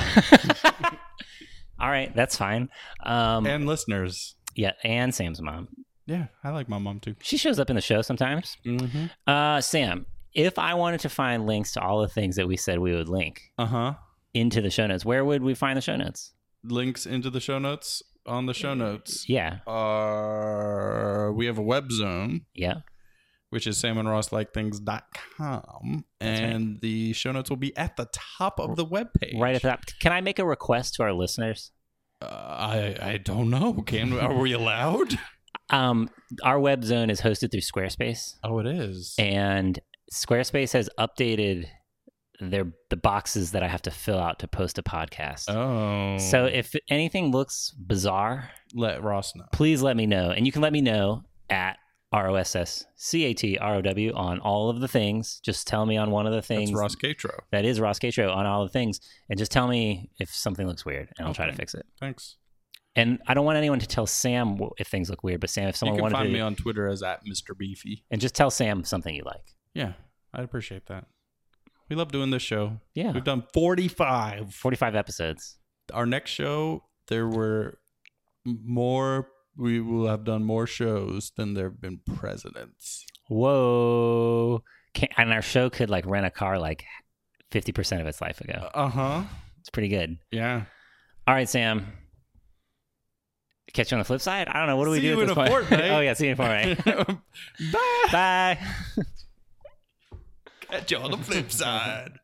all right, that's fine. Um, and listeners. yeah, and Sam's mom. Yeah, I like my mom too. She shows up in the show sometimes. Mm-hmm. Uh, Sam, if I wanted to find links to all the things that we said we would link Uh huh. into the show notes, where would we find the show notes? Links into the show notes on the show notes. Yeah, Uh, we have a web zone, yeah, which is salmonrosslikethings.com. That's right. And the show notes will be at the top of the web page. right at the top. Can I make a request to our listeners? Uh, I, I don't know. Can Are we allowed? Um, our web zone is hosted through Squarespace, oh, it is. and Squarespace has updated their the boxes that I have to fill out to post a podcast. oh. So if anything looks bizarre, let Ross know. please let me know. And you can let me know at R-O-S-S-C-A-T-R-O-W on all of the things. Just tell me on one of the things. That's Ross Catro. That is Ross Catro on all the things. And just tell me if something looks weird and I'll try to Okay. fix it. Thanks. And I don't want anyone to tell Sam wh- if things look weird, but Sam, if someone you can wanted find to. me on Twitter as at Mr. Beefy. and just tell Sam something you like. Yeah, I appreciate that. We love doing this show. Yeah. We've done 45. 45 episodes. Our next show, there were more, we will have done more shows than there have been presidents. Whoa. Can, and our show could like rent a car like 50% of its life ago. Uh huh. It's pretty good. Yeah. All right, Sam. Catch you on the flip side. I don't know. What do we See do you at in this a point? fortnight. oh, yeah. See you in a fortnight. Bye. Bye. Catch you on the flip side.